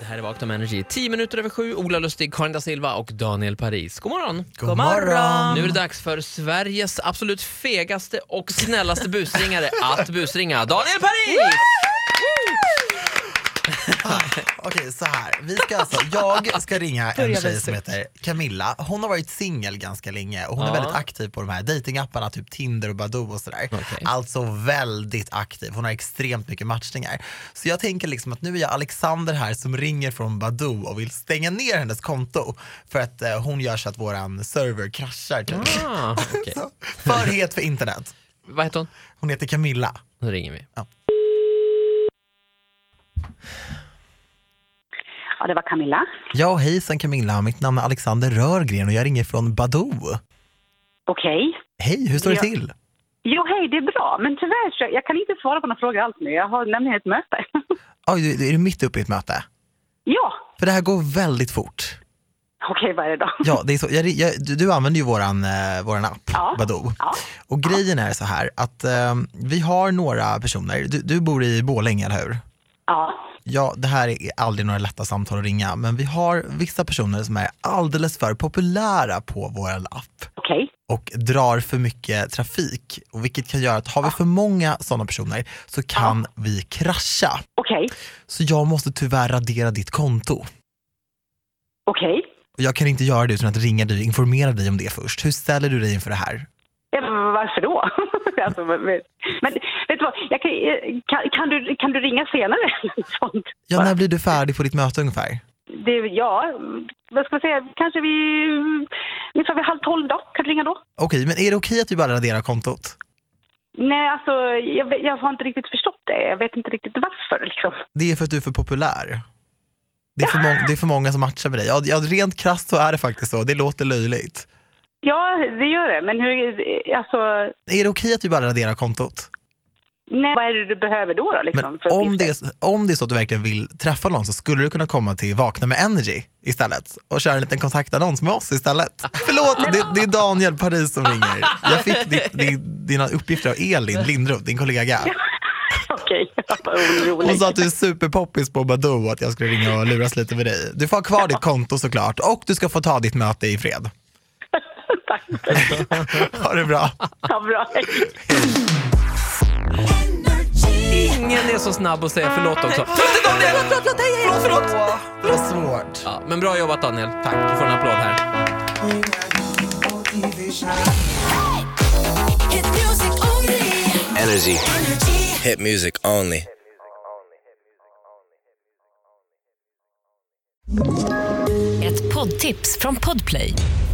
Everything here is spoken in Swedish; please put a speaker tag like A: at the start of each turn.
A: Det här är Vakna med Energy. 10 minuter över sju, Ola Lustig, Karin da Silva och Daniel Paris. God morgon!
B: God morgon.
A: Nu är det dags för Sveriges absolut fegaste och snällaste busringare att busringa. Daniel Paris!
B: Okej, så här. Vi ska alltså, jag ska ringa en
C: Börja
B: tjej
C: visa
B: som
C: ut.
B: heter Camilla. Hon har varit singel ganska länge och hon
A: Ja.
B: är väldigt aktiv på de här datingapparna typ Tinder och Badoo och sådär.
A: Okej.
B: Alltså väldigt aktiv. Hon har extremt mycket matchningar. Så jag tänker liksom att nu är jag Alexander här som ringer från Badoo och vill stänga ner hennes konto för att eh, hon gör så att våran server kraschar typ.
A: Ah, okej.
B: Så, för het för internet.
A: Vad heter hon?
B: Hon heter Camilla.
A: Nu ringer vi.
D: Ja, det var Camilla.
B: Ja, hejsan Camilla. Mitt namn är Alexander Rörgren och jag ringer från Badoo.
D: Okej.
B: Hej, hur står
D: Ja.
B: det till?
D: Jo, hej, det är bra. Men tyvärr så, jag kan inte svara på några frågor alls nu. Jag har nämligen ett möte.
B: Oj, du- är du mitt uppe i ett möte?
D: ja,
B: För det här går väldigt fort.
D: okej, vad är det då?
B: Ja, det är så, jag, jag, du, du använder ju våran, eh, våran app,
D: Ja.
B: Badoo.
D: Ja.
B: Och grejen är så här att eh, vi har några personer, du, du bor i Borlänge, eller hur?
D: Ja,
B: Ja, det här är aldrig några lätta samtal att ringa, men vi har vissa personer som är alldeles för populära på våran app
D: okej.
B: och drar för mycket trafik, och vilket kan göra att har vi för många sådana personer så kan vi krascha.
D: Okej,
B: Så jag måste tyvärr radera ditt konto.
D: okej.
B: Och jag kan inte göra det utan att ringa dig och informera dig om det först. Hur ställer du dig inför det här?
D: Ja, men Varför då? alltså, men, men men vet du vad, jag kan, eh, kan, kan, du, kan du ringa senare? eller något sånt?
B: Ja, när blir du färdig på ditt möte ungefär?
D: Det, ja, vad ska man säga, kanske vi... Ungefär vid halv tolv då? Kan du ringa då?
B: Okej, men är det okej att vi bara raderar kontot?
D: Nej, alltså jag, vet- jag har inte riktigt förstått det. Jag vet inte riktigt varför liksom.
B: Det är för att du är för populär. Det är för, mång- det är för många som matchar med dig. Ja, ja, rent krasst så är det faktiskt så. Det låter löjligt.
D: Ja, det gör det, men hur... Alltså,
B: Är det okej att vi bara raderar kontot?
D: Nej, vad är det du behöver då? då liksom,
B: Men
D: för att
B: om
D: bli
B: det, är, så- om det är så att du verkligen vill träffa någon så skulle du kunna komma till Vakna med Energy istället och köra en liten kontaktannons med oss istället. Förlåt, det, det är Daniel Paris som ringer. Jag fick ditt, din- dina uppgifter av Elin Lindroth, din kollega.
D: Okej, vad orolig.
B: Hon sa att du är superpoppis på Badoo och att jag skulle ringa och luras lite med dig. Du får ha kvar ditt konto såklart och du ska få ta ditt möte i fred.
D: Tack.
B: Ha det bra.
D: Ja, bra.
A: Ingen är så snabb att säga förlåt också. Förlåt Daniel! Förlåt, förlåt!
B: Vad svårt.
A: Ja, men bra jobbat Daniel. Tack. Du får en applåd här.
E: Hit music only.
F: Energy.
E: Energy.
F: Hit music only.
G: Ett poddtips från Podplay.